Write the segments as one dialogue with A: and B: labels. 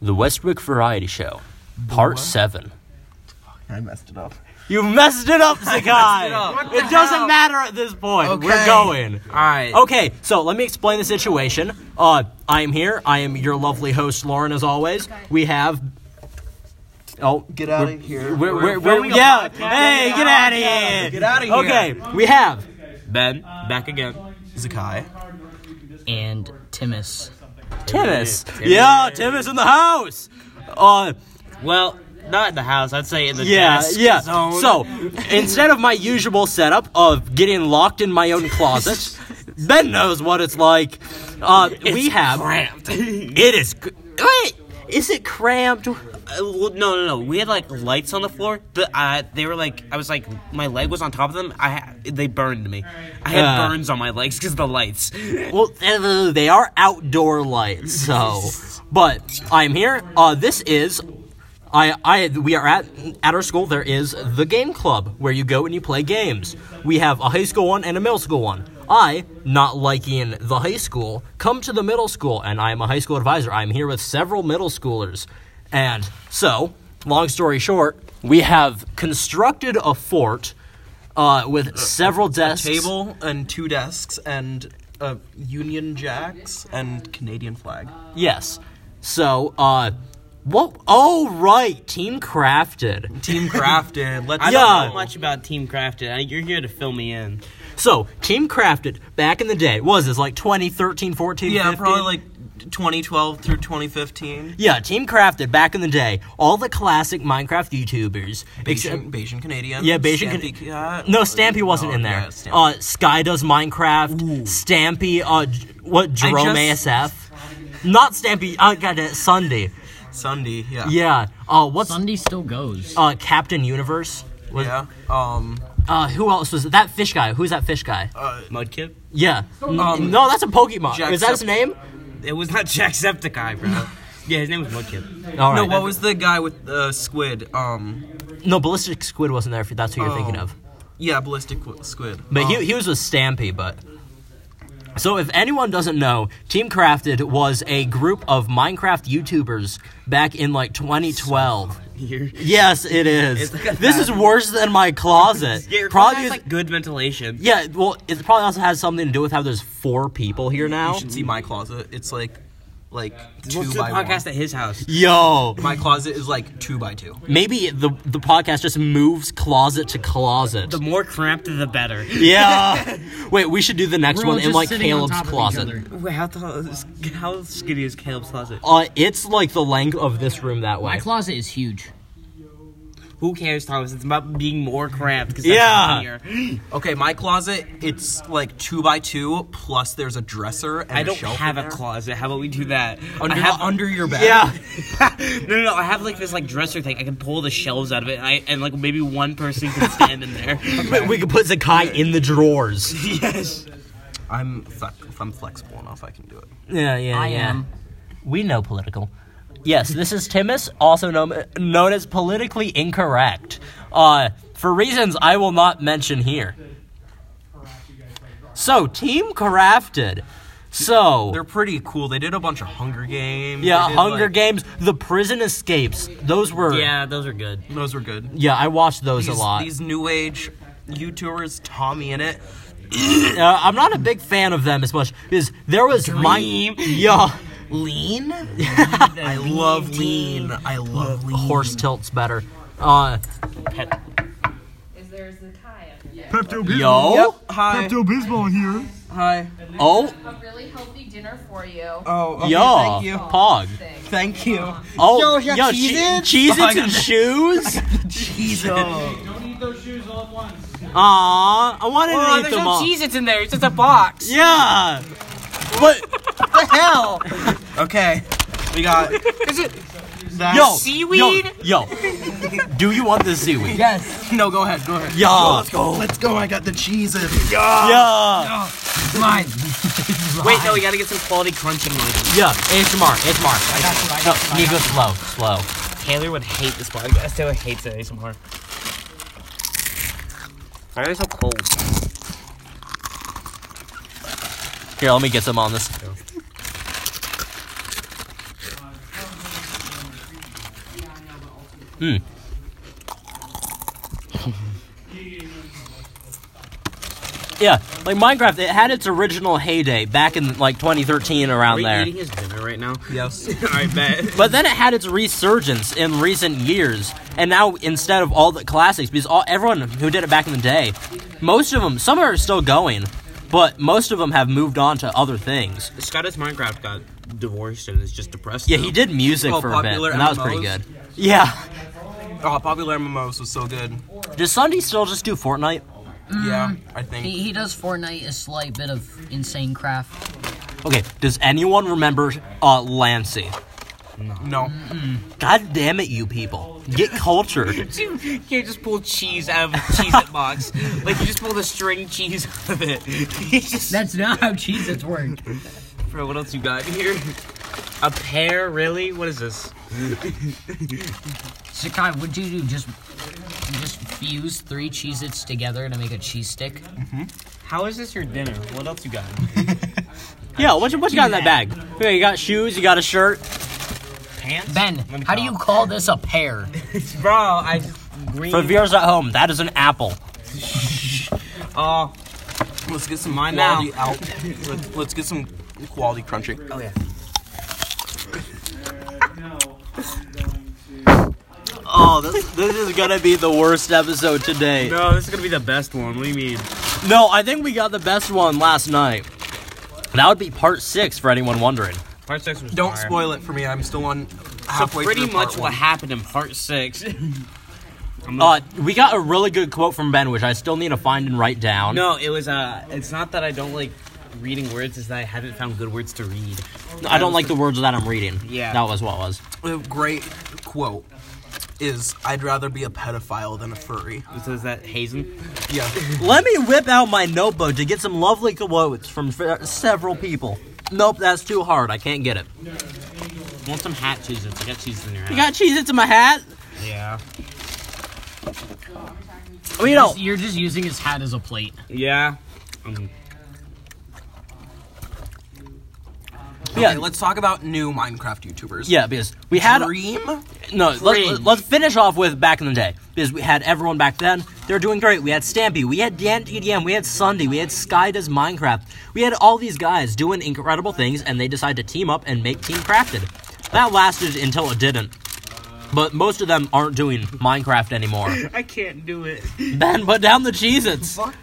A: The Westwick Variety Show, Part
B: what?
A: 7.
B: I messed it up.
A: You messed it up, Sakai!
C: it up. What
A: It doesn't matter at this point. We're
B: Okay.
A: going.
C: Alright.
B: Oh,
A: Okay, so let me explain the situation. Uh, I am here. I am your lovely host, Lauren, as always. We have. Oh,
B: Get out of here.
A: we're, we're, we're,
C: filming a
A: yeah.
C: podcast.
A: Hey, get out of here.
C: Get outta here.
A: Okay, we have.
C: Ben, back again.
B: Zakai.
D: and Timus.
A: Timus. Yeah, Timus in the house. Uh,
C: Well, not in the house. I'd say in the
A: yeah,
C: desk
A: yeah.
C: zone.
A: So instead of my usual setup of getting locked in my own closet, Ben knows what it's like. Uh, we have
C: cramped. no,
A: It is. cr- Wait, is it cramped?
C: no, no. We had like lights on the floor. The uh, they were like, I was like, my leg was on top of them. I ha- they burned me. I had
A: Yeah.
C: burns on my legs because the lights.
A: Well, uh, they are outdoor lights, so. But I'm here. Uh, this is. I, I we are at at our school there is the game club where you go and you play games. We have a high school one and a middle school one. I, not liking the high school, come to the middle school and I am a high school advisor. I'm here with several middle schoolers. And so, long story short, we have constructed a fort uh, with several desks.
B: Table and two desks and uh, Union Jacks and Canadian flag.
A: Yes. So, uh, what? Oh, right. Team crafted.
B: Team crafted. Let's
C: I
A: Yeah.
C: don't know much about Team Crafted. I- You're here to fill me in.
A: So, team crafted back in the day was this like 2013, 14,
B: Yeah,
A: 15?
B: probably like 2012 through 2015.
A: Yeah, team crafted back in the day. All the classic Minecraft YouTubers, except
B: Bayesian, Bayesian Canadian.
A: Yeah, Bayesian
B: Stampy
A: Can-
B: Cat.
A: no Stampy wasn't
B: No,
A: in there.
B: Oh, yeah, Stampy.
A: uh, Sky does Minecraft. Stampy, uh, J- what Jerome
B: just-
A: ASF? Not Stampy. Uh, God, uh, Sunday.
B: Sunday. Yeah.
A: Yeah. Uh, what's
D: Sunday still goes.
A: uh Captain Universe? Was-
B: Yeah. Um.
A: Uh, who else was it? that fish guy? Who's that fish guy?
C: Mudkip?
A: Yeah. Mm.
B: Um,
A: no, that's a Pokemon. Is that his
B: Jacksepticeye.
A: name?
C: It was not Jacksepticeye, bro. yeah, his name was Mudkip.
A: All
B: No,
A: right.
B: what was the guy with the squid? Um.
A: No, Ballistic Squid wasn't there. If that's who you're thinking
B: Oh.
A: of,
B: Yeah, ballistic qu- squid.
A: but
B: Um,
A: he he was with Stampy. But so if anyone doesn't know, Team Crafted was a group of Minecraft YouTubers back in like 2012.
C: Here.
A: yes, it is.
C: It's like a
A: This is worse than my closet.
C: Yeah, your probably
A: probably.
C: has, like good ventilation.
A: yeah, well, it probably also has something to do with how there's four people here now.
B: You should see my closet. It's like, like two
C: Let's do a
B: by
C: podcast
B: one.
C: at his house.
A: Yo,
B: My closet is like two by two.
A: maybe the the podcast just moves closet to closet.
C: The more cramped, the better.
A: Yeah. Wait, we should do the next
D: We're all
A: one in
D: just
A: like
D: sitting on
A: Caleb's
D: top of each
A: closet.
D: other.
C: Wait, how, the, how skinny is Caleb's closet?
A: Uh, it's like the length of this room that
D: My
A: way.
D: closet is huge.
C: Who cares, Thomas? It's about being more cramped. 'cause
A: Yeah.
C: that's easier.
B: Okay, my closet. It's like two by two. Plus, there's a dresser and
C: I
B: a
C: don't
B: shelf in
C: have a
B: there.
C: closet. How about we do that?
B: Under,
C: I have
B: under your bed.
A: Yeah.
C: no, no, no. I have like this like dresser thing. I can pull the shelves out of it, and, I, and like maybe one person can stand in there.
A: But we could put Zakai in the drawers.
C: yes.
B: I'm flex- if I'm flexible enough, I can do it.
A: Yeah, yeah,
D: I
A: yeah.
D: am.
A: We know political. Yes, this is Timus, also known, known as politically incorrect. Uh, for reasons I will not mention here. So, Team Crafted. So,
B: They're pretty cool. They did a bunch of Hunger Games.
A: yeah,
B: They did,
A: Hunger
B: like-
A: Games, The Prison Escapes. Those were.
C: Yeah, those are good.
B: Those were good.
A: Yeah, I watched those
B: These,
A: a lot.
B: these new age YouTubers, Tommy in it.
A: Uh, I'm not a big fan of them as much because there was
C: Dream.
A: my yeah
B: Lean. I love lean. I love lean.
A: horse tilts better. Uh,
C: Pet.
E: is there's the Kai under there.
A: yo,
B: Yep. Hi. Hi.
A: oh,
E: A really healthy dinner for you.
B: Oh. Okay,
A: yo,
B: Thank you.
A: pog.
E: Thing.
B: Thank you.
A: Oh,
B: Yo, yeah,
A: yo, che-
B: Cheez-Its?
A: Cheez-Its
B: Oh, I
A: and
B: got-
A: shoes.
B: Jesus.
A: Aw, I wanted to eat them all.
C: It's in there. It's just a box.
A: Yeah, but
B: hell? okay, we got. Is it that?
A: yo,
C: Seaweed?
A: Yo, yo, do you want the seaweed?
B: Yes. No, go ahead. Go ahead.
A: Yeah.
B: Yo, let's go. Let's go. I got the cheeses.
A: Yeah,
B: Mine.
C: Wait, no, we gotta get some quality crunching noises.
A: yeah. ASMR, ASMR. No, you go slow, slow.
C: Taylor would hate this podcast. Taylor hates it ASMR. Why are they so cold?
A: Here, let me get some on this. Hmm. Yeah, like Minecraft, it had its original heyday back in like 2013
C: Are
A: around
C: you
A: there.
C: eating his dinner right now?
B: Yes.
C: All right, bet.
A: But then it had its resurgence in recent years, and now instead of all the classics, because all everyone who did it back in the day, most of them, some are still going, but most of them have moved on to other things.
C: Scottish Minecraft got divorced and is just depressed.
A: Yeah,
C: now.
A: he did music
B: Oh,
A: for a bit,
B: popular
A: and that was pretty good.
B: MMOs?
A: Yeah.
B: Oh, popular MMOs was so good.
A: Does Sunday still just do Fortnite?
B: Yeah, I think.
D: He, he does Fortnite a slight bit of insane craft.
A: Okay, does anyone remember uh, Lancy?
B: No.
A: God damn it, you people. Get cultured.
C: Dude, you can't just pull cheese out of a cheese it box. Like you just pulled a string cheese out of it. You just,
D: That's not how cheese it's worked.
C: bro, what else you got here? A pear, really? What is this?
D: Sakai, what'd you do? Just you just fuse three Cheez Its together to make a cheese stick?
C: How is this your dinner? What else you got?
A: Yeah, what you, what you got in that bag? Yeah, you got shoes, you got a shirt.
C: Pants?
D: Ben,
C: Let me
D: how do you
C: call.
D: call this a pear?
C: Bro, I green.
A: For viewers at home, that is an apple.
C: oh,
B: Let's get some
C: Mine
B: quality
C: now.
B: out. Let's, let's get some quality crunching.
C: oh yeah.
A: Oh, this, this is gonna be the worst episode today. No.
C: No, this is gonna be the best one. What do you mean?
A: I think we got the best one last night. That would be part six for anyone wondering.
C: Part six was.
B: Don't
C: fire.
B: spoil it for me. I'm still on
C: So
B: halfway
C: pretty
B: through part
C: much
B: one.
C: what happened in part six. I'm not-
A: Uh, we got a really good quote from Ben, which I still need to find and write down.
C: No, it was uh it's not that I don't like reading words, it's that I haven't found good words to read.
A: I don't like the words that I'm reading.
C: Yeah.
A: That was what it was.
B: A great quote is I'd rather be a pedophile than a furry.
C: So is that Hazen?
B: Yeah.
A: Let me whip out my notebook to get some lovely quotes from fe- several people. Nope, that's too hard. I can't get it.
C: Want some hat cheese? I got cheese in your hat.
A: You got cheese into my hat?
C: yeah.
A: I mean, you know,
D: You're just using his hat as a plate.
C: Yeah. Um,
A: yeah,
B: Okay, let's talk about new Minecraft YouTubers.
A: yeah, because we had
B: Dream?
A: no. Let,
C: Cringe.
A: let's finish off with back in the day because we had everyone back then. They were doing great. We had Stampy, we had Dan EDM, we had Sunday, we had Sky does Minecraft. We had all these guys doing incredible things, and they decided to team up and make Team Crafted. That lasted until it didn't. But most of them aren't doing Minecraft anymore.
C: I can't do it.
A: Ben, put down the Cheez-Its.
B: Fuck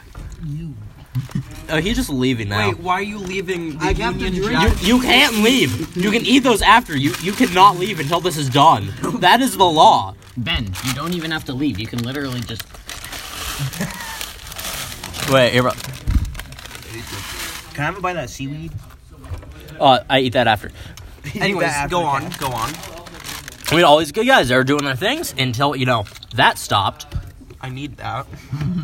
A: Oh, he's just leaving now.
B: Wait, why are you leaving the
D: I got the
B: Union
D: drink.
B: Jack?
A: You can't leave. You can eat those after. You you cannot leave until this is done. That is the law.
D: Ben, you don't even have to leave. You can literally just
A: Wait, here,
C: Can I have a bite of that seaweed?
A: uh, I eat that after.
B: Anyways,
C: That
B: go on,
C: African.
B: go on.
A: We had all these good guys. They were doing their things until you know that stopped.
B: I need that.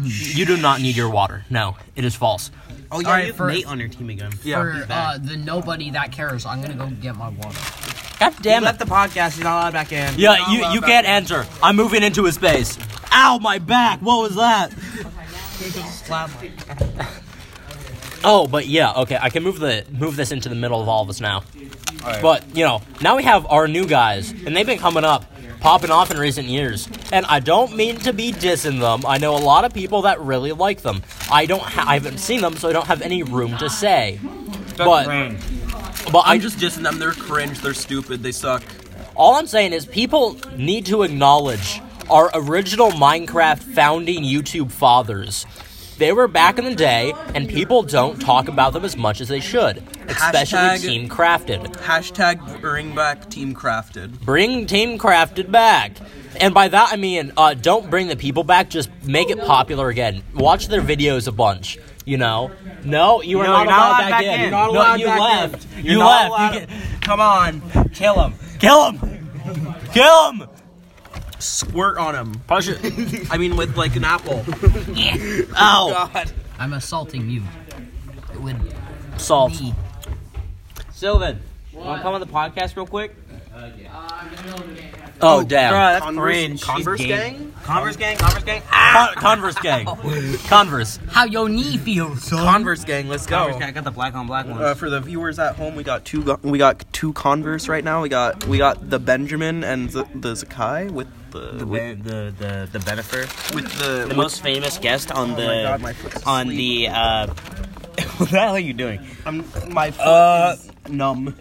A: You do not need your water. No, it is false.
B: Oh yeah,
C: All right,
B: you-
D: for-
C: Nate on your team again.
B: Yeah,
D: for
B: he's
D: uh,
B: back.
D: the nobody that cares. I'm gonna go get my water.
A: God damn
C: He left
A: it.
C: the podcast. He's not allowed back in.
A: Yeah, you you can't enter. I'm moving into his space. Ow, my back. What was that?
C: Slap.
A: Oh, but yeah, okay. I can move the move this into the middle of all of us now. But you know, now we have our new guys, and they've been coming up, popping off in recent years. And I don't mean to be dissing them. I know a lot of people that really like them. I don't. Ha- I haven't seen them, so I don't have any room to say. But
C: Rain.
A: but I
B: I'm
A: just
B: just dissing them. They're cringe. They're stupid. They suck.
A: all I'm saying is people need to acknowledge our original Minecraft founding YouTube fathers. They were back in the day, and people don't talk about them as much as they should, especially
B: Hashtag-
A: Team Crafted.
B: Hashtag bring back Team Crafted.
A: bring Team Crafted back. And by that I mean, uh, don't bring the people back. Just make it popular again. Watch their videos a bunch. You know? No, you are not,
C: No, you're not
A: allowed
C: allowed
A: back,
C: back
A: in.
C: in. You're not
A: no,
C: allowed
A: you
C: back
A: left.
C: in.
A: You
C: You're not
A: left. You
C: allowed-
A: get-
C: Come on, kill him.
A: kill him. Kill him.
B: Squirt on him.
A: Punch it.
B: I mean, with like an apple.
A: Ow.
D: I'm assaulting you. With
A: Salt.
D: me.
C: Sylvan, want to come on the podcast real quick?
F: Oh, damn.
A: Bruh, that's
B: Converse,
A: cringe.
B: Converse gang?
A: Converse gang, Converse gang. Ah!
F: Con- Converse gang. Converse.
D: How your knee feels.
B: Converse gang, let's go.
C: I got the black on black one.
B: Uh, for the viewers at home, we got two. Go- we got two Converse right now. We got we got the Benjamin and the, the Zakai with the,
C: the,
B: with,
C: the the the Benefer,
B: with the,
C: the most famous guest on the
B: Oh my God, my foot's
C: on the. Uh, what the hell are you doing?
B: I'm, my foot
C: Uh,
B: is numb.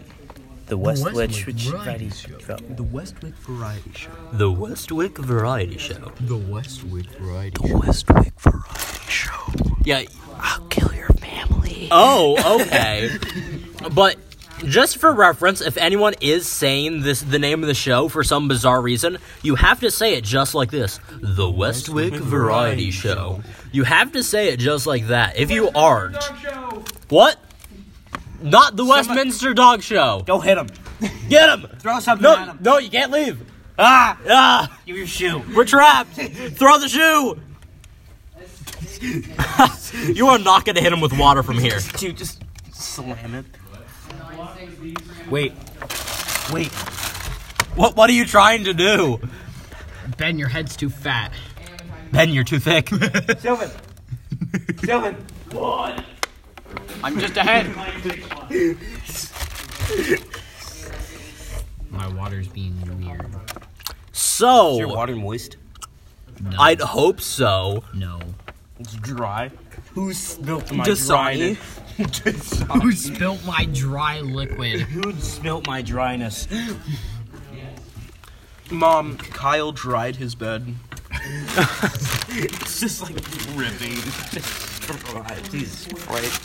C: The Westwich Variety Show.
B: The Westwick Variety Show.
A: The Westwick Variety Show.
F: The Westwood variety.
B: Westwick Variety Show.
A: Yeah.
B: I'll kill your family.
A: Oh, okay. but just for reference, if anyone is saying this the name of the show for some bizarre reason, you have to say it just like this. The Westwick Variety Show. You have to say it just like that. If you aren't. What? Not the Westminster Dog Show.
C: Go hit him.
A: Get him!
C: Throw something at
A: No,
C: him.
A: no, you can't leave.
C: Ah!
A: Ah!
C: Give your shoe.
A: We're trapped! Throw the shoe! you are not gonna hit him with water from here.
C: Dude, just slam it. Wait. Wait.
A: What what are you trying to do?
D: Ben, your head's too fat.
A: Ben, you're too thick.
C: Sylvan. Sylvan.
D: I'm just a head. My water's being weird.
C: Is your
A: So
C: water moist?
A: I'd hope so.
D: No.
C: It's dry. Who spilt my
A: Dasani.
C: dryness?
D: Who spilt my dry liquid?
C: Who spilt my dryness?
B: Mom, Kyle dried his bed.
C: It's just like ripping. Just dry. Jesus Christ.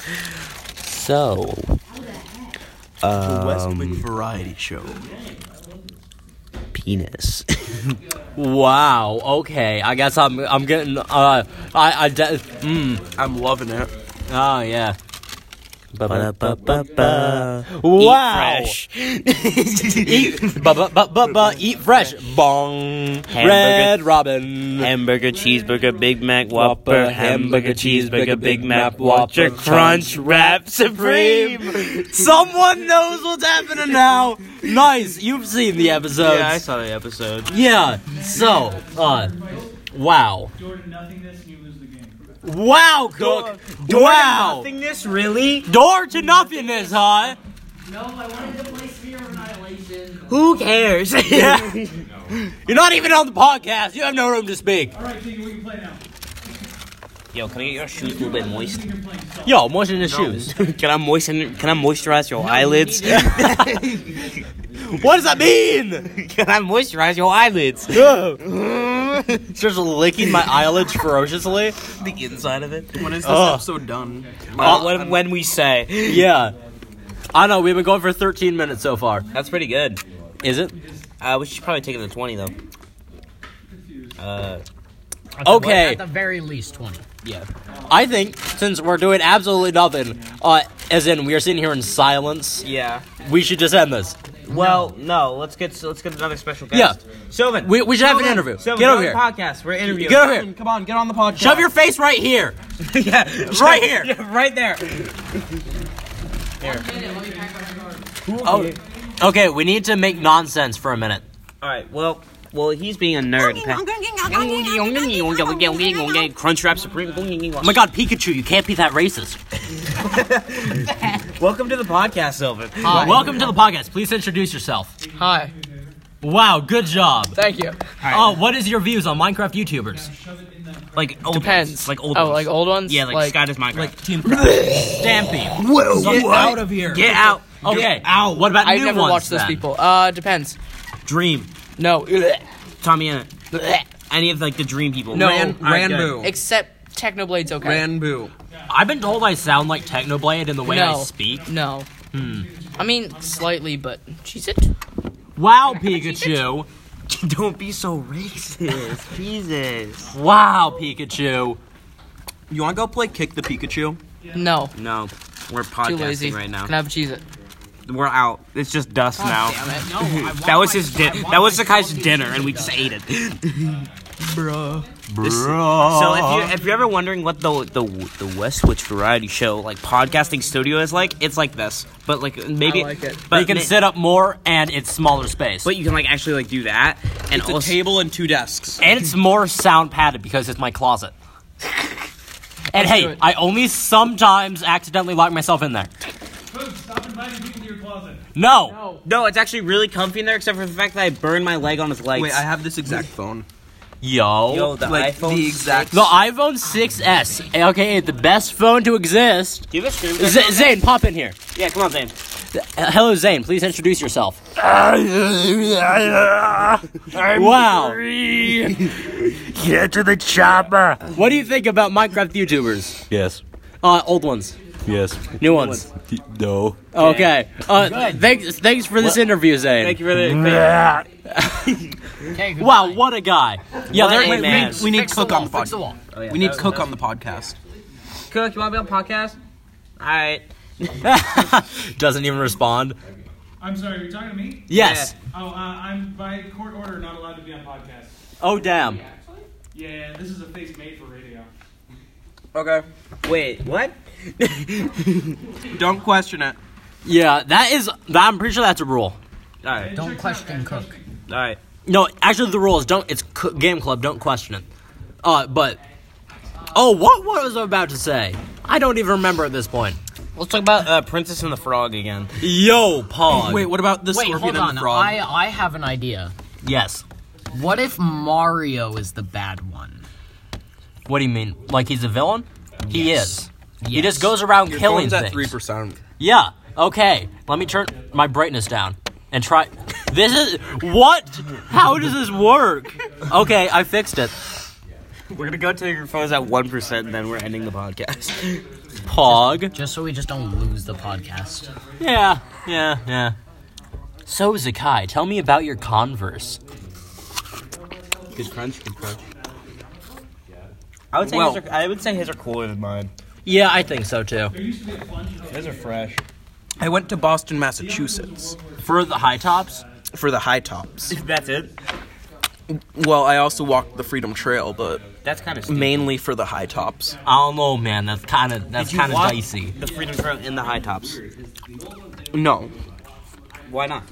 F: So,
B: The Westwick Variety Show.
F: penis.
A: Wow. Okay. I guess I'm I'm getting uh I I de- mm.
B: I'm loving it.
A: Oh yeah.
F: Ba-ba-ba-ba-ba.
A: Wow.
C: Fresh.
A: Eat ba ba ba ba ba. Eat fresh. Bong. Red Robin.
C: Hamburger, cheeseburger, Big Mac,
A: Whopper,
C: Whopper, hamburger, cheeseburger, Big Mac, Whopper, Crunch, Wrap, Supreme.
A: Someone knows what's happening now. Nice. You've seen the episodes.
C: Yeah, I saw the episode.
A: Yeah, so, uh, wow. Wow, Cook! wow!
C: Nothingness, really?
A: Door to nothingness, huh?
C: Who cares?
A: Yeah. You're not even on the podcast. You have no room to speak.
C: Yo, can I get your shoes a little bit moist?
A: Yo, moisten his shoes.
C: can I moisten? Can I moisturize your eyelids?
A: What does that mean?
C: can I moisturize your eyelids?
A: Starts licking my eyelids ferociously.
C: the inside of it.
B: When is this
A: Ugh.
B: episode done?
C: Oh. Uh, when, when we say
A: Yeah. I know, we've been going for 13 minutes so far.
C: that's pretty good.
A: Is it?
C: Uh, we should probably take it to twenty though. Uh,
A: Okay.
D: At the very least, 20.
C: yeah.
A: I think since we're doing absolutely nothing, uh, as in we are sitting here in silence,
C: Yeah.
A: we should just end this.
C: Well, no. Let's get let's get another special
A: Yeah.
C: guest. Sylvan.
A: We, we should have an
C: Sylvan,
A: interview.
C: Sylvan,
A: Get
C: we're
A: over
C: on
A: here.
C: the Podcast. We're interviewing.
A: Get over here.
B: Come on, get on the podcast.
A: Shove your face right here.
C: yeah.
A: Right here.
C: Yeah, right there.
A: Oh, okay. We need to make nonsense for a minute.
C: All right. Well, well, he's being a nerd. Crunchwrap
A: Oh
C: Supreme.
A: my God, Pikachu! You can't be that racist.
C: Welcome to the podcast, Sylvan.
D: Hi.
A: Welcome to the podcast. Please introduce yourself.
D: Hi.
A: Wow, good job.
G: Thank you.
A: Oh, what is your views on Minecraft YouTubers?
C: Like old ones,
G: Depends.
C: Like old.
G: Oh,
C: ones.
G: like old ones.
C: Yeah, like, Sky does Minecraft.
A: Like Team Stampy. Whoa, get out of here.
C: Get out.
A: Okay. Ow. What about
G: I've
A: new
G: never
A: ones?
G: watched those
A: then?
G: people. Uh, depends.
C: Dream.
G: No.
C: Tommy in it. Any of like the dream people.
G: No.
B: Ran-
C: All right,
B: Ranbu.
G: Except Technoblade's okay.
B: Ranbu.
A: I've been told I sound like Technoblade in the way
G: no.
A: I speak.
G: No.
C: Hmm.
G: I mean, slightly, but she's it.
A: Wow, Pikachu.
C: good. Don't be so racist. Jesus.
A: Wow, Pikachu.
B: You want to go play Kick the Pikachu?
G: No.
C: No. We're
G: Too
C: podcasting
G: lazy.
C: right now.
G: Can I have a cheese it?
C: We're out. It's just dust now.
D: No, I want
C: That was
D: my-
C: his
D: I
C: dinner.
D: want
C: That was
D: my
C: the guy's
D: salty
C: dinner,
D: cheese
C: and we
D: dog.
C: just ate it. So if you if you're ever wondering what the the the Westwich Variety Show like podcasting studio is like, it's like this, but like maybe
B: like it.
C: But
A: you can
C: ma-
A: sit up more and it's smaller space.
C: But you can like actually like do that, and
H: It's a
C: also
H: table and two desks.
A: and it's more sound padded because it's my closet. And
G: do
A: hey,
G: it.
A: I only sometimes accidentally lock myself in there.
I: Stop inviting people to your closet.
A: No.
C: no, it's actually really comfy in there, except for the fact that I burned my leg on his legs.
B: Wait, I have this exact phone.
A: Yo.
C: Yo, the
B: like
C: iPhone
B: the exact.
A: The iPhone 6S, aka the best phone to exist.
C: Do you have a screen?
A: Z- Zane, pop in here.
C: yeah, come on, Zane.
A: Uh, Hello, Zane. Please introduce yourself. wow.
F: Get to the chopper.
A: What do you think about Minecraft YouTubers?
F: Yes.
A: Uh, old ones,
F: Yes.
A: new ones.
F: No.
A: Okay. Uh, thanks, thanks for this interview, Zane.
C: Thank you for the.
D: Okay, goodbye.
A: Wow, what a guy. Yeah,
C: What
A: there,
C: a
A: we- we-
C: man.
B: We need
D: Fix
B: Cook
D: the wall,
B: on the
D: fix the
B: podcast.
D: wall.
C: Oh, yeah,
B: We
C: that
B: need
C: was
B: Cook
C: nice.
B: on the podcast.
C: Cook, you want to be on a podcast? All right.
A: doesn't even respond.
I: I'm sorry, are you talking to me?
A: Yes.
I: Oh, uh, I'm by court order not allowed to be on podcasts.
A: Oh damn.
I: Yeah, this is a face made for radio.
B: Okay.
C: Wait, what?
B: Don't question it.
A: Yeah, that is. That, I'm pretty sure that's a rule.
C: All right.
D: Don't question Cook.
C: All right.
A: No, actually, the rule is don't. It's c- game club. Don't question it. Uh, but. Oh, what was I about to say? I don't even remember at this point.
C: Let's talk about uh, Princess and the Frog again.
A: Yo, Pog.
B: Wait, what about the
D: Wait,
B: scorpion
D: hold on.
B: and the frog?
D: I I have an idea.
A: Yes.
D: What if Mario is the bad one?
A: What do you mean? Like he's a villain? He
D: Yes.
A: is. He
D: Yes.
A: just goes around
B: Your
A: killing
B: phone's at
A: things.
B: three percent.
A: Yeah. Okay. Let me turn my brightness down and try. This is what? How does this work? Okay, I fixed it.
C: We're gonna go to your phones at one percent, and then we're ending the podcast.
A: Pog.
D: Just so we just don't lose the podcast.
A: Yeah. Yeah. Yeah. So Zakai, tell me about your Converse.
C: Good crunch, good crunch. I would say
A: Well-
C: his are, I would say his are cooler than mine.
A: Yeah, I think so too.
C: His are fresh.
B: I went to Boston, Massachusetts
A: For the high tops.
B: for the high tops.
C: That's it.
B: Well, I also walked the Freedom Trail, but
C: That's kind of
B: mainly for the high tops.
A: I don't know, man. That's kind of that's kind of dicey.
C: The freedom trail in the high tops.
B: No,
C: Why not?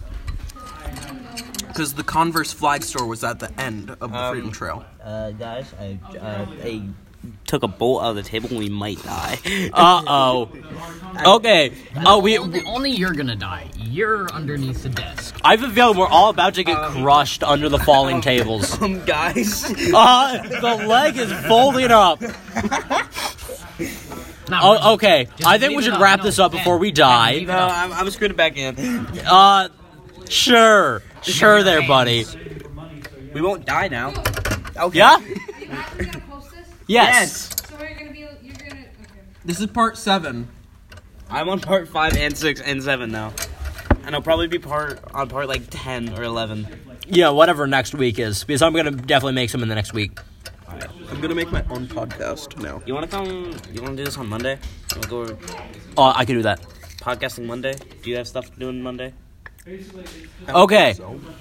B: because the Converse Flag Store was at the end of the
C: Um,
B: Freedom Trail.
C: Uh, guys, I, uh, I took a bolt out of the table and we might die.
A: Uh oh. Okay. Oh, we.
D: Only, only you're gonna die. You're underneath the desk.
A: I have a feeling we're all about to get crushed under the falling tables.
C: Um, guys,
A: Uh, the leg is folding up.
D: No,
A: Oh, okay.
D: Just
A: I think
D: leave
A: we
D: it
A: should
D: up.
A: wrap
D: No,
A: this up
D: Ben,
A: before we
D: Ben,
A: die.
D: leave it
C: no, Uh, I'm, I'm screwed back in.
A: Uh, sure. Sure there, buddy.
C: We won't die now. Okay.
A: Yeah?
E: You have to post this,
A: Yes.
E: so we're gonna be, you're gonna, okay.
B: This is part seven.
C: I'm on part five and six and seven now, and I'll probably be part on part like ten or eleven.
A: Yeah, whatever next week is. Because I'm going to definitely make some in the next week.
B: I'm gonna make my own podcast now.
C: You wanna come? You wanna do this on Monday? You wanna go over
A: Uh, I could do that.
C: podcasting Monday? Do you have stuff to do on Monday?
A: Okay.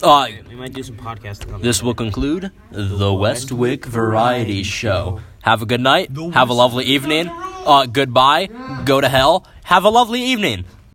A: Uh,
C: We might do some podcasting. On
A: this will conclude the Westwick Variety Show. Have a good night. Have a lovely evening. Uh, goodbye. Go to hell. Have a lovely evening.